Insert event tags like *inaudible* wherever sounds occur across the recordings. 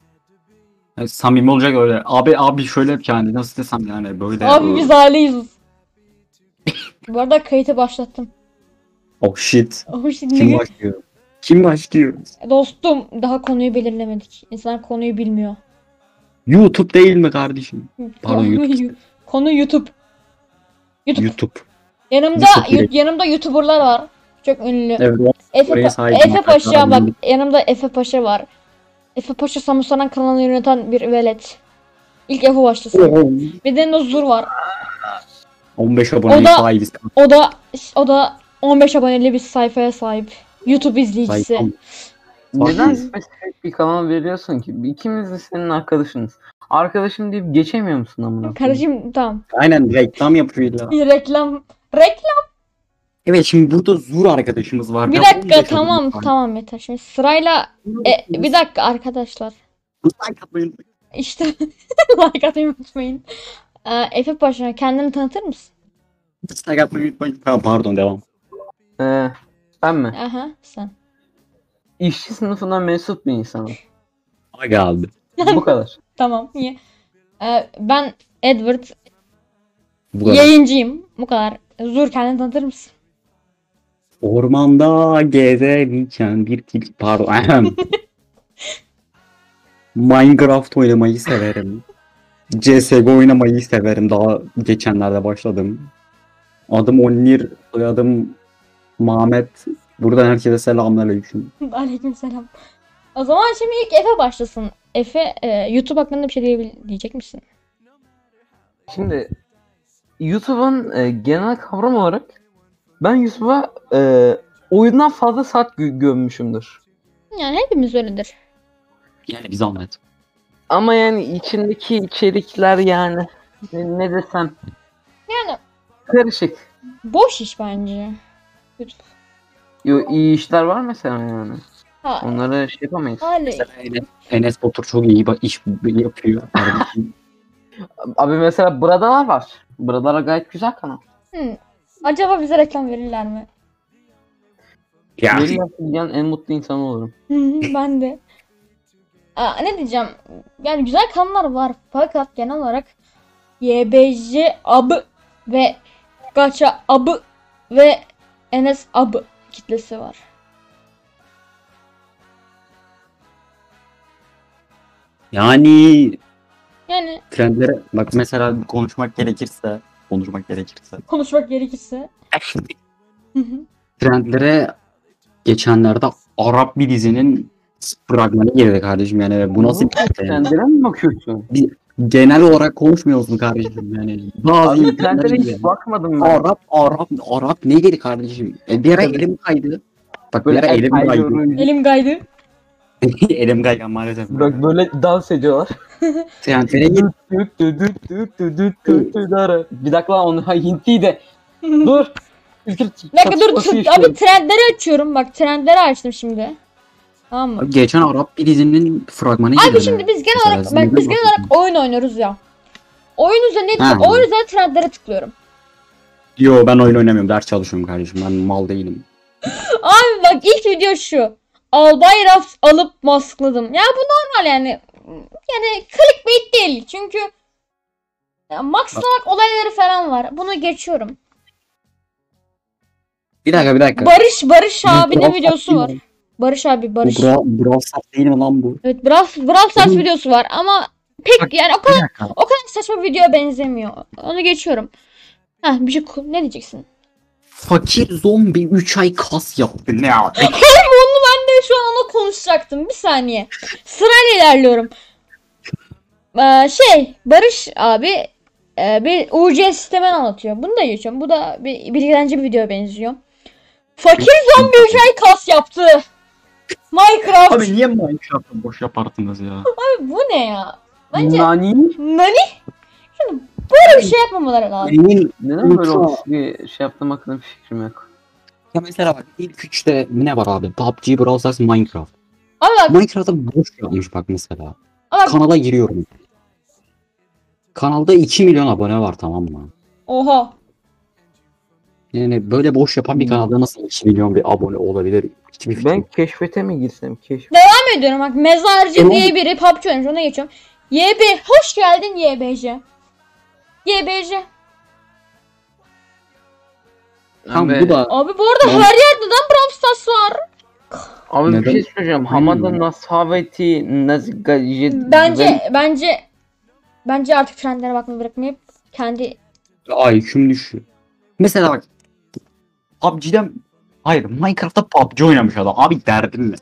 Yani Hani samimi olacak öyle. Abi abi şöyle yap yani nasıl desem yani böyle. Abi biz aileyiz. Bu arada kayıtı başlattım. Oh shit. Oh, Kim şimdi başlıyor? Kim başlıyor? dostum daha konuyu belirlemedik. İnsanlar konuyu bilmiyor. YouTube değil mi kardeşim? Pardon, YouTube. Konu YouTube. YouTube. YouTube. Yanımda YouTube yu- yanımda YouTuber'lar var. Çok ünlü. Evet. Efe, oraya Pa- sahibim Efe arkadaşlar, Paşa bak bilmiyorum. yanımda Efe Paşa var. Efe Paşa Samusan'ın kanalını yöneten bir velet. İlk Efe başlasın. Oho. Bir de Nozur var. 15 aboneye O da- sahibiz. O da o da 15 aboneli bir sayfaya sahip. YouTube izleyicisi. Sahibiz. Neden Sahibiz. spesifik bir kanal veriyorsun ki? İkimiz de senin arkadaşınız. Arkadaşım deyip geçemiyor musun amına? koyayım? Kardeşim tamam. Aynen reklam yapıyor illa. Bir reklam. Reklam. Evet şimdi burada Zur arkadaşımız var. Bir Ya, 15 dakika abone tamam sahibi. tamam yeter. Şimdi sırayla e, bir dakika arkadaşlar. Like atmayın. İşte *laughs* like atmayı unutmayın. Ee, Efe Paşa kendini tanıtır mısın? Like atmayı unutmayın. Ha, pardon devam. Ee, ben mi? Aha sen. İşçi sınıfından mensup bir insanım. Aga abi. Bu *laughs* kadar. Tamam iyi. Ee, ben Edward Bu kadar. yayıncıyım. Bu kadar. Zur kendini tanıtır mısın? *laughs* Ormanda gezerken bir tilki pardon. ahem. Minecraft oynamayı severim. CSGO oynamayı severim. Daha geçenlerde başladım. Adım Onir, adım Mehmet. Buradan herkese selamünaleyküm. Aleykümselam. O zaman şimdi ilk Efe başlasın. Efe e, YouTube hakkında bir şey diyebil- diyecek misin? Şimdi YouTube'un e, genel kavram olarak ben YouTube'a e, oyundan fazla saat gö- gömmüşümdür. Yani hepimiz öyledir. Yani bir zahmet. Ama yani içindeki içerikler yani ne, ne desem Yani karışık. boş iş bence. YouTube. Yo, iyi işler var mesela yani. Ha, Onları şey yapamayız. hali. Mesela Enes, Enes Batur çok iyi ba- iş yapıyor. kardeşim. Abi mesela Bradalar var. Bradalar gayet güzel kanal. Hı. Acaba bize reklam verirler mi? *laughs* ya. Benim dünyanın en mutlu insanı olurum. Hı hı, ben de. Aa, ne diyeceğim? Yani güzel kanlar var fakat genel olarak YBC abı ve Gaça abı ve Enes abı kitlesi var. Yani Yani trendlere bak mesela konuşmak gerekirse konuşmak gerekirse konuşmak gerekirse. Hı hı. trendlere geçenlerde Arap bir dizinin fragmanı girdi kardeşim yani bu nasıl bir şey? Yani Trendlere mi bakıyorsun? Genel olarak konuşmuyoruz mu kardeşim *laughs* yani? Bazı Abi insanlar trendlere gibi. hiç bakmadım ben. Arap Arap Arap ne geri kardeşim? E, bir ara Tabii. elim kaydı. Bak bir Böyle ara el elim kaydı. kaydı. Elim kaydı. *laughs* elim kaygan maalesef. Bak böyle dans ediyorlar. Trendlere gir- Düt düt düt düt düt düt düt düt ara. Bir dakika lan onu ha Hintli de. Dur. şey Bir dakika dur şu- abi trendleri açıyorum bak trendleri açtım şimdi. Tamam mı? Abi Geçen Arap bir dizinin fragmanı girdi. Abi şimdi biz genel olarak bak biz genel olarak oyun oynuyoruz ya. Oyun üzerine Ha. oyun üzerine trendlere tıklıyorum. Yo ben oyun oynamıyorum ders çalışıyorum kardeşim ben mal değilim. Abi bak ilk video şu. Albay raf alıp maskladım. Ya bu normal yani. Yani clickbait değil. Çünkü ya Max Lark olayları falan var. Bunu geçiyorum. Bir dakika bir dakika. Barış Barış abinin Brawl videosu Stars var. değil mi? Barış abi Bu Barış. Bra- Brawl Stars değil mi lan bu? Evet Brawl, Brawl Stars Oğlum- videosu var ama pek Bak- yani o kadar Bir dakika. O kadar saçma bir videoya benzemiyor. Onu geçiyorum. Heh bir şey ku- ne diyeceksin? Fakir zombi 3 ay kas yaptı. Ne abi? Ben de şu an onu konuşacaktım. Bir saniye. Sırayla ilerliyorum. Ee, şey Barış abi e, bir UC sistemi anlatıyor. Bunu da geçiyorum. Bu da bir bilgilendirici bir videoya benziyor. Fakir zombi 3 ay kas yaptı. Minecraft. Abi, abi niye Minecraft'ı boş yapardınız ya? bu ne ya? Bence Nani? nani? Şimdi böyle bir şey yapmamaları lazım. Benim Neden böyle Yoksa- olmuş bir şey yaptığım hakkında bir fikrim yok. ya mesela bak ilk üçte ne var abi? PUBG, Brawl Stars, Minecraft. Abi bak, Minecraft'ı boş yapmış bak mesela. abi bak. Kanala giriyorum. Kanalda 2 milyon abone var tamam mı? Oha. Yani böyle boş yapan bir kanalda nasıl 2 milyon bir abone olabilir? Hiçbir fikrim Ben yok. keşfete mi girsem? Keşfet. ediyorum bak mezarcı Tamam. diye biri PUBG oynamış ona geçiyorum. YB hoş geldin YBC. YBC. Tam Abi- bu da Abi bu arada Ben- her yerde lan Brawl Stars var. Abi bir Neden? şey söyleyeceğim. Hamada nasaveti E, nazgajit. Bence bence bence artık trendlere bakmayı bırakmayıp kendi IQ'm düşüyor. Mesela bak PUBG'den hayır Minecraft'ta PUBG oynamış adam. Abi derdin ne?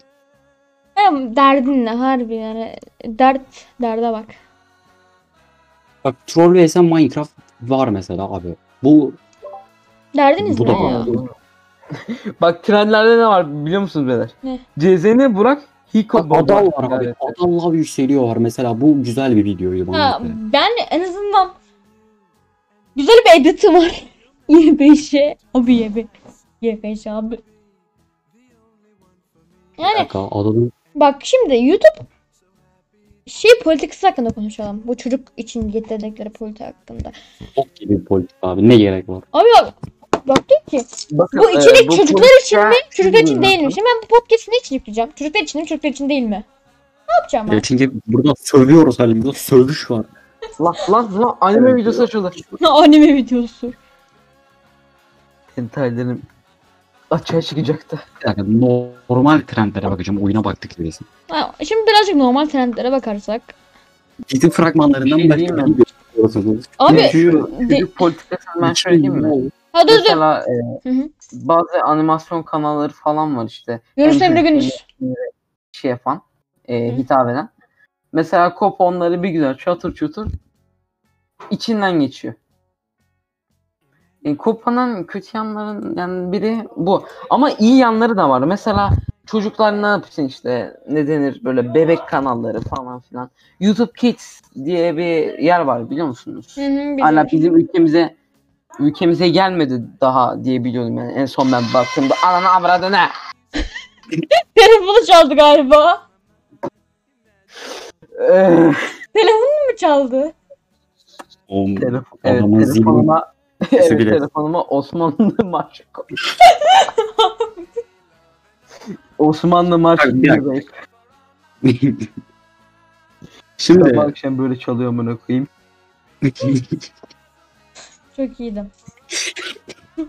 hem e, derdinle harbi yani dert derde bak. Bak Troll vs Minecraft var mesela abi. Bu Derdiniz Bu ne da ya? var. Bak trenlerde ne var biliyor musunuz beyler? Ne? CZN Burak Hiko bak, Baba. Adal var abi. Adal lav yükseliyor var mesela. Bu güzel bir videoydu bana. Ha, göre. ben en azından güzel bir editim var. *laughs* YBŞ abi YB. YBŞ abi. Yani Kanka, Adal'ın Bak şimdi YouTube şey politikası hakkında konuşalım. Bu çocuk için getirdikleri politika hakkında. bok gibi bir politik abi. Ne gerek var? Abi bak baktık ki e, bu Ee, içerik çocuklar için mi çocuklar için değil mi? Şimdi ben bu podcast'i ne için yükleyeceğim? Çocuklar için mi çocuklar için değil mi? Ne yapacağım ben? Ya çünkü burada sövüyoruz hani burada sövüş var. Lan lan lan anime Evet. videosu açıldı. *laughs* Anime videosu. Tentaylarım açığa çıkacaktı. Yani normal trendlere bakacağım. Oyuna baktık diyorsun. Ha, şimdi birazcık normal trendlere bakarsak. Dizi fragmanlarından Bir şey başka diyeyim mi? bir şey görüyorsunuz. Abi Ya şu- de- Çocuk politikasını ben şey söyleyeyim mi? ha dur dur. Mesela e, Hı hı. bazı animasyon kanalları falan var işte. Yunus En Emre çocuk Gündüz. şey yapan, e, Hı. hitap eden. Mesela kop onları bir güzel çatır çutur içinden geçiyor. E, kopanın kötü yanların yani biri bu. Ama iyi yanları da var. Mesela çocuklar ne yapsın işte ne denir böyle bebek kanalları falan filan. YouTube Kids diye bir yer var biliyor musunuz? Hı hı, Hala biliyorum. bizim ülkemize ülkemize gelmedi daha diye biliyordum yani. En son ben baktığımda ananı *laughs* avradı ne? Telefonu çaldı galiba. Ee, Mı çaldı? Oğlum, *laughs* Telefon, evet, Adamın zili- telefonuma, evet, bile- telefonuma Osmanlı *laughs* marşı koy. Osmanlı marşı Bak, bir bir dakika. Şimdi Sabah akşam böyle çalıyor amına koyayım. Çok iyiydim.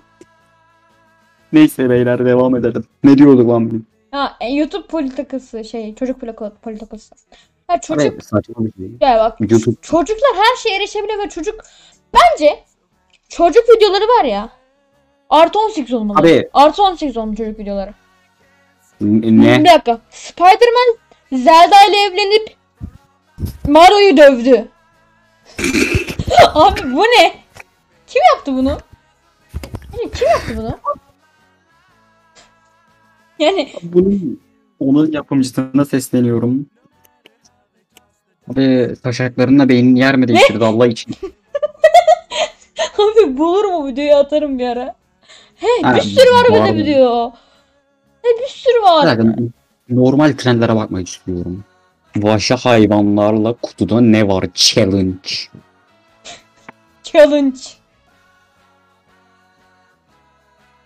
*laughs* neyse beyler devam edelim. Ne diyorduk lan biz? Ha e, YouTube politikası şey çocuk polika- politikası. Ha çocuk Evet, saçma bir şey. Ya bak ç- YouTube. çocuklar her şeye erişebiliyor ve çocuk bence çocuk videoları var ya artı 18 olmalı. Abi. Artı 18 olmalı çocuk videoları. Ne? Bir dakika. Spider-Man Zelda ile evlenip Mario'yu dövdü. *laughs* Abi bu ne? Kim yaptı bunu? Yani Kim yaptı bunu? Yani *laughs* Bunun onun yapımcısına sesleniyorum. Abi taşaklarınla beynini yer mi değiştirdi Allah için? abi bulur mu videoyu atarım bir ara. Hey Ha, bir sürü var var burada mı? video. Hey bir sürü var. Bir dakika, normal trendlere bakmak istiyorum. Vahşi hayvanlarla kutuda ne var? Challenge. Challenge.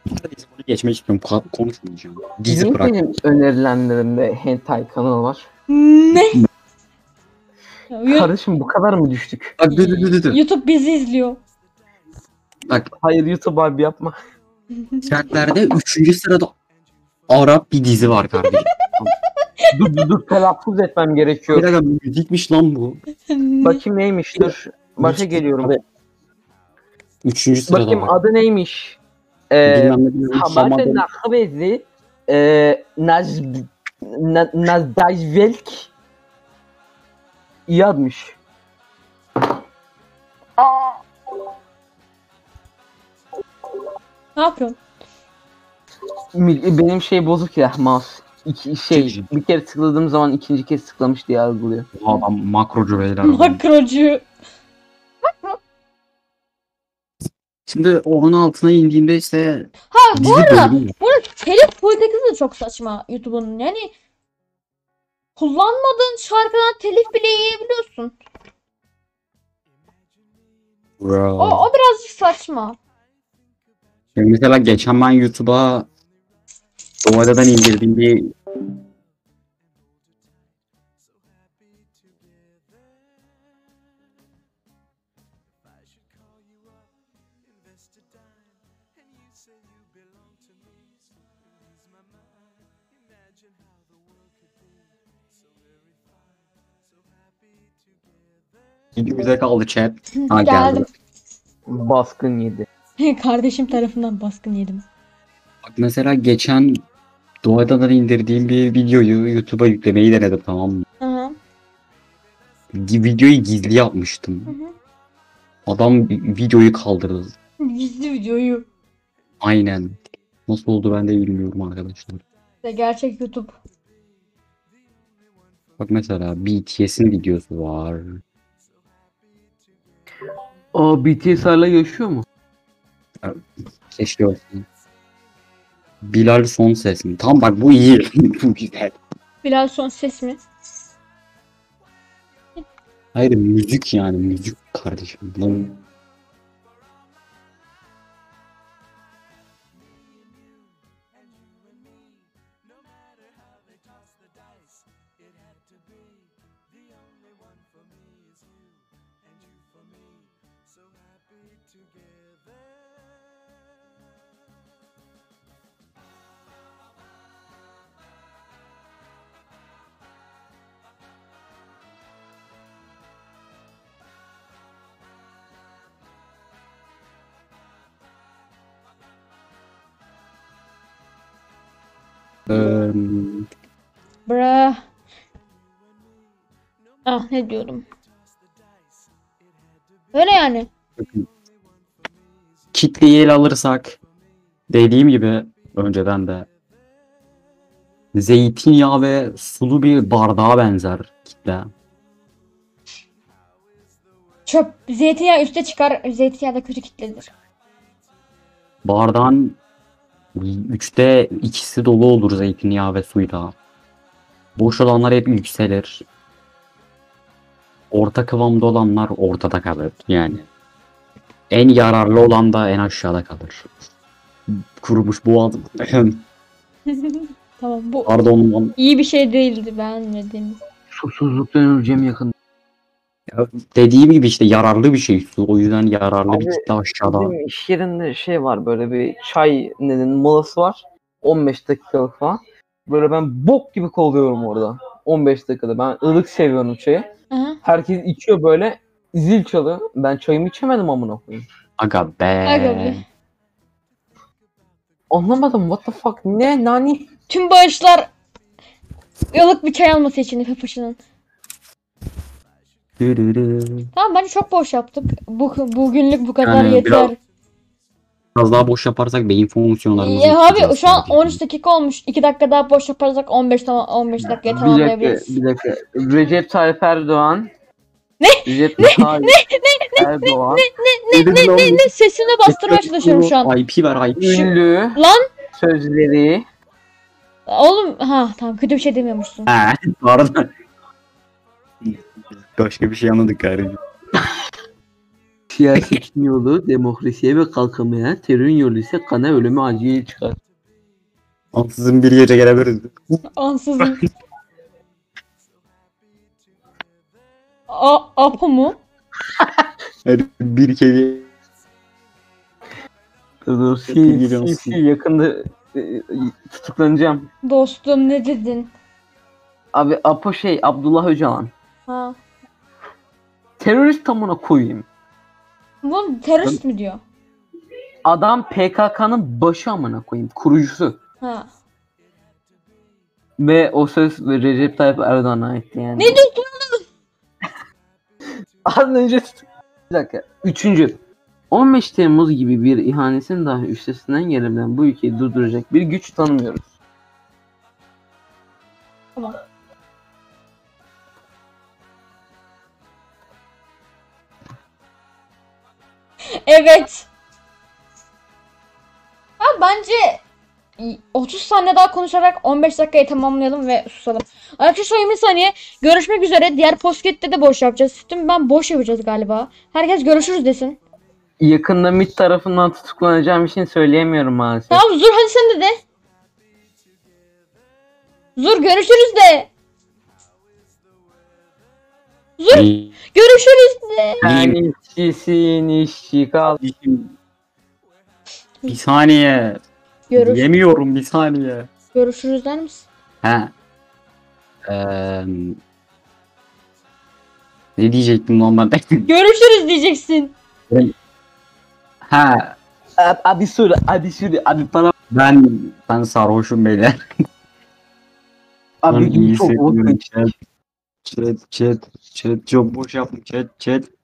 Neyse, Bunu geçmek istiyorum. Ka- Konuşmayacağım. Dizi Bizim bırak. benim önerilenlerimde hentai kanalı var. Ne? Yu- Kardeşim bu kadar mı düştük? Bak dur dur dur dur. YouTube bizi izliyor. *laughs* Bak Hayır YouTube abi yapma. trendlerde 3. sırada Arap bir dizi var kardeşim. dur dur dur telaffuz etmem Bir gerekiyor. dakika müzikmiş lan bu. Bakayım neymiş dur. Başa geliyorum. Üçüncü sırada Bakayım bak. adı neymiş? Ee, Bilmem ne bilmem ne, Hamade Hamadan- Nakvezi e, Naz, Na- Nazdajvelk yazmış. ne yapıyorsun? Mi- Benim şey bozuk ya mouse. İki, şey, Çekici. bir kere tıkladığım zaman ikinci kez tıklamış diye algılıyor. Bu adam makrocu beyler. Makrocu. Şimdi onun altına indiğinde ise Ha bu dizi arada bölümü var. bu arada telif politikası da çok saçma YouTube'un. Yani kullanmadığın şarkıdan telif bile yiyebiliyorsun. Bro. O, o birazcık saçma. Yani Mesela geçen ben YouTube'a Doğada'dan indirdiğim bir just a dime, and you say you belong to me. I lose my mind. Imagine how the world could be so very fine, so happy together. İkimize kaldı chat. Ha *laughs* Geldim. geldim. Baskın yedi. *laughs* Kardeşim tarafından baskın yedim. Bak mesela geçen doğadan indirdiğim bir videoyu YouTube'a yüklemeyi denedim tamam mı? Aha. Gi- Videoyu gizli Hı yapmıştım. hı. Adam vi- videoyu kaldırdı. Gizli videoyu. Aynen. Nasıl oldu ben de bilmiyorum arkadaşlar. İşte gerçek YouTube. Bak mesela BTS'in videosu var. Aa BTS hala yaşıyor mu? Keşke olsun. Bilal son ses mi? Tam bak bu iyi. *laughs* bu güzel. Bilal son ses mi? Hayır müzik yani müzik kardeşim. Lan Eee, Bra. Ah ne diyorum. Öyle yani. kitleyi ele alırsak dediğim gibi önceden de zeytinyağı ve sulu bir bardağa benzer kitle. Çöp. Zeytinyağı üste çıkar. Zeytinyağı da kötü kitledir. Bardağın üçte ikisi dolu olur zeytinyağı ve suyla. Boş olanlar hep yükselir. Orta kıvamda olanlar ortada kalır yani. En yararlı olan da en aşağıda kalır. Kurumuş boğaz. *laughs* Tamam bu Pardon lan. iyi bir şey değildi beğenmediğim. Susuzluktan öleceğim yakın. Dediğim gibi işte yararlı bir şey su. O yüzden yararlı Abi, bir kitle aşağıda. Bizim iş yerinde şey var böyle bir çay neden molası var. 15 dakikalık falan. Böyle ben bok gibi kolluyorum orada. 15 dakikada. Ben ılık seviyorum çayı. Aha. Herkes içiyor böyle. Zil çalıyor. Ben çayımı içemedim amına koyayım. Aga be. Aga be. Anlamadım what the fuck ne nani? Tüm bağışlar ılık bir çay alması için Efe Paşa'nın. Dürürü. Tamam bence çok boş yaptık. Bu, bugünlük bu kadar Yani biraz yeter. Biraz daha boş yaparsak beyin fonksiyonlarımızı... Ya E, abi yıkacağız şu an sanki. 13 dakika olmuş. 2 dakika daha boş yaparsak 15 tam 15 dakikaya tamamlayabiliriz. bir dakika. Recep Tayyip Erdoğan. Ne? Recep ne? Tayyip ne? Erdoğan. Ne ne ne ne sesini bastırmaya çalışıyorum şu an. IP ver IP. Ünlü Lan sözleri. oğlum ha tamam kötü bir *laughs* şey demiyormuşsun. He bu arada. Başka bir şey anladık galiba. Siyasetin yolu demokrasiye ve kalkınmaya, terörün yolu ise kana ölümü acıya çıkar. Ansızın bir gece gelebiliriz. Ansızın. A Apo mu? Yani bir kere Dur, Kötü si, geliyorsun. si, si, yakında e, e, tutuklanacağım. Dostum ne dedin? Abi Apo şey Abdullah Öcalan. Ha. Terörist tamına koyayım. Bu terörist mi diyor? Adam PKK'nın başı amına koyayım. Kurucusu. Ha. Ve o söz Recep Tayyip Erdoğan'a aitti yani. Ne diyorsun? Az önce bir dakika. Üçüncü. 15 Temmuz gibi bir ihanetin daha üstesinden gelebilen bu ülkeyi durduracak bir güç tanımıyoruz. Tamam. Evet. Ha bence 30 saniye daha konuşarak 15 dakikayı tamamlayalım ve susalım. Arkadaşlar 20 saniye. Görüşmek üzere. Diğer poskette de boş yapacağız. Sütüm ben boş yapacağız galiba. Herkes görüşürüz desin. Yakında MIT tarafından tutuklanacağım için söyleyemiyorum maalesef. Tamam Zur hadi sen de de. Zur görüşürüz de. Zur görüşürüz de. Yani işçisin işçi kal. Bir saniye. Görüş, Diyemiyorum bir saniye. görüşürüz der misin? He. Eee, ne diyecektim lan ben? *laughs* Görüşürüz diyeceksin. ha Abi, abi söyle, abi söyle, abi para. ben ben sarhoşum beyler. Abi Ben iyi çok hissetmiyorum. olsun. Chat chat chat chat çok boş yaptım chat chat.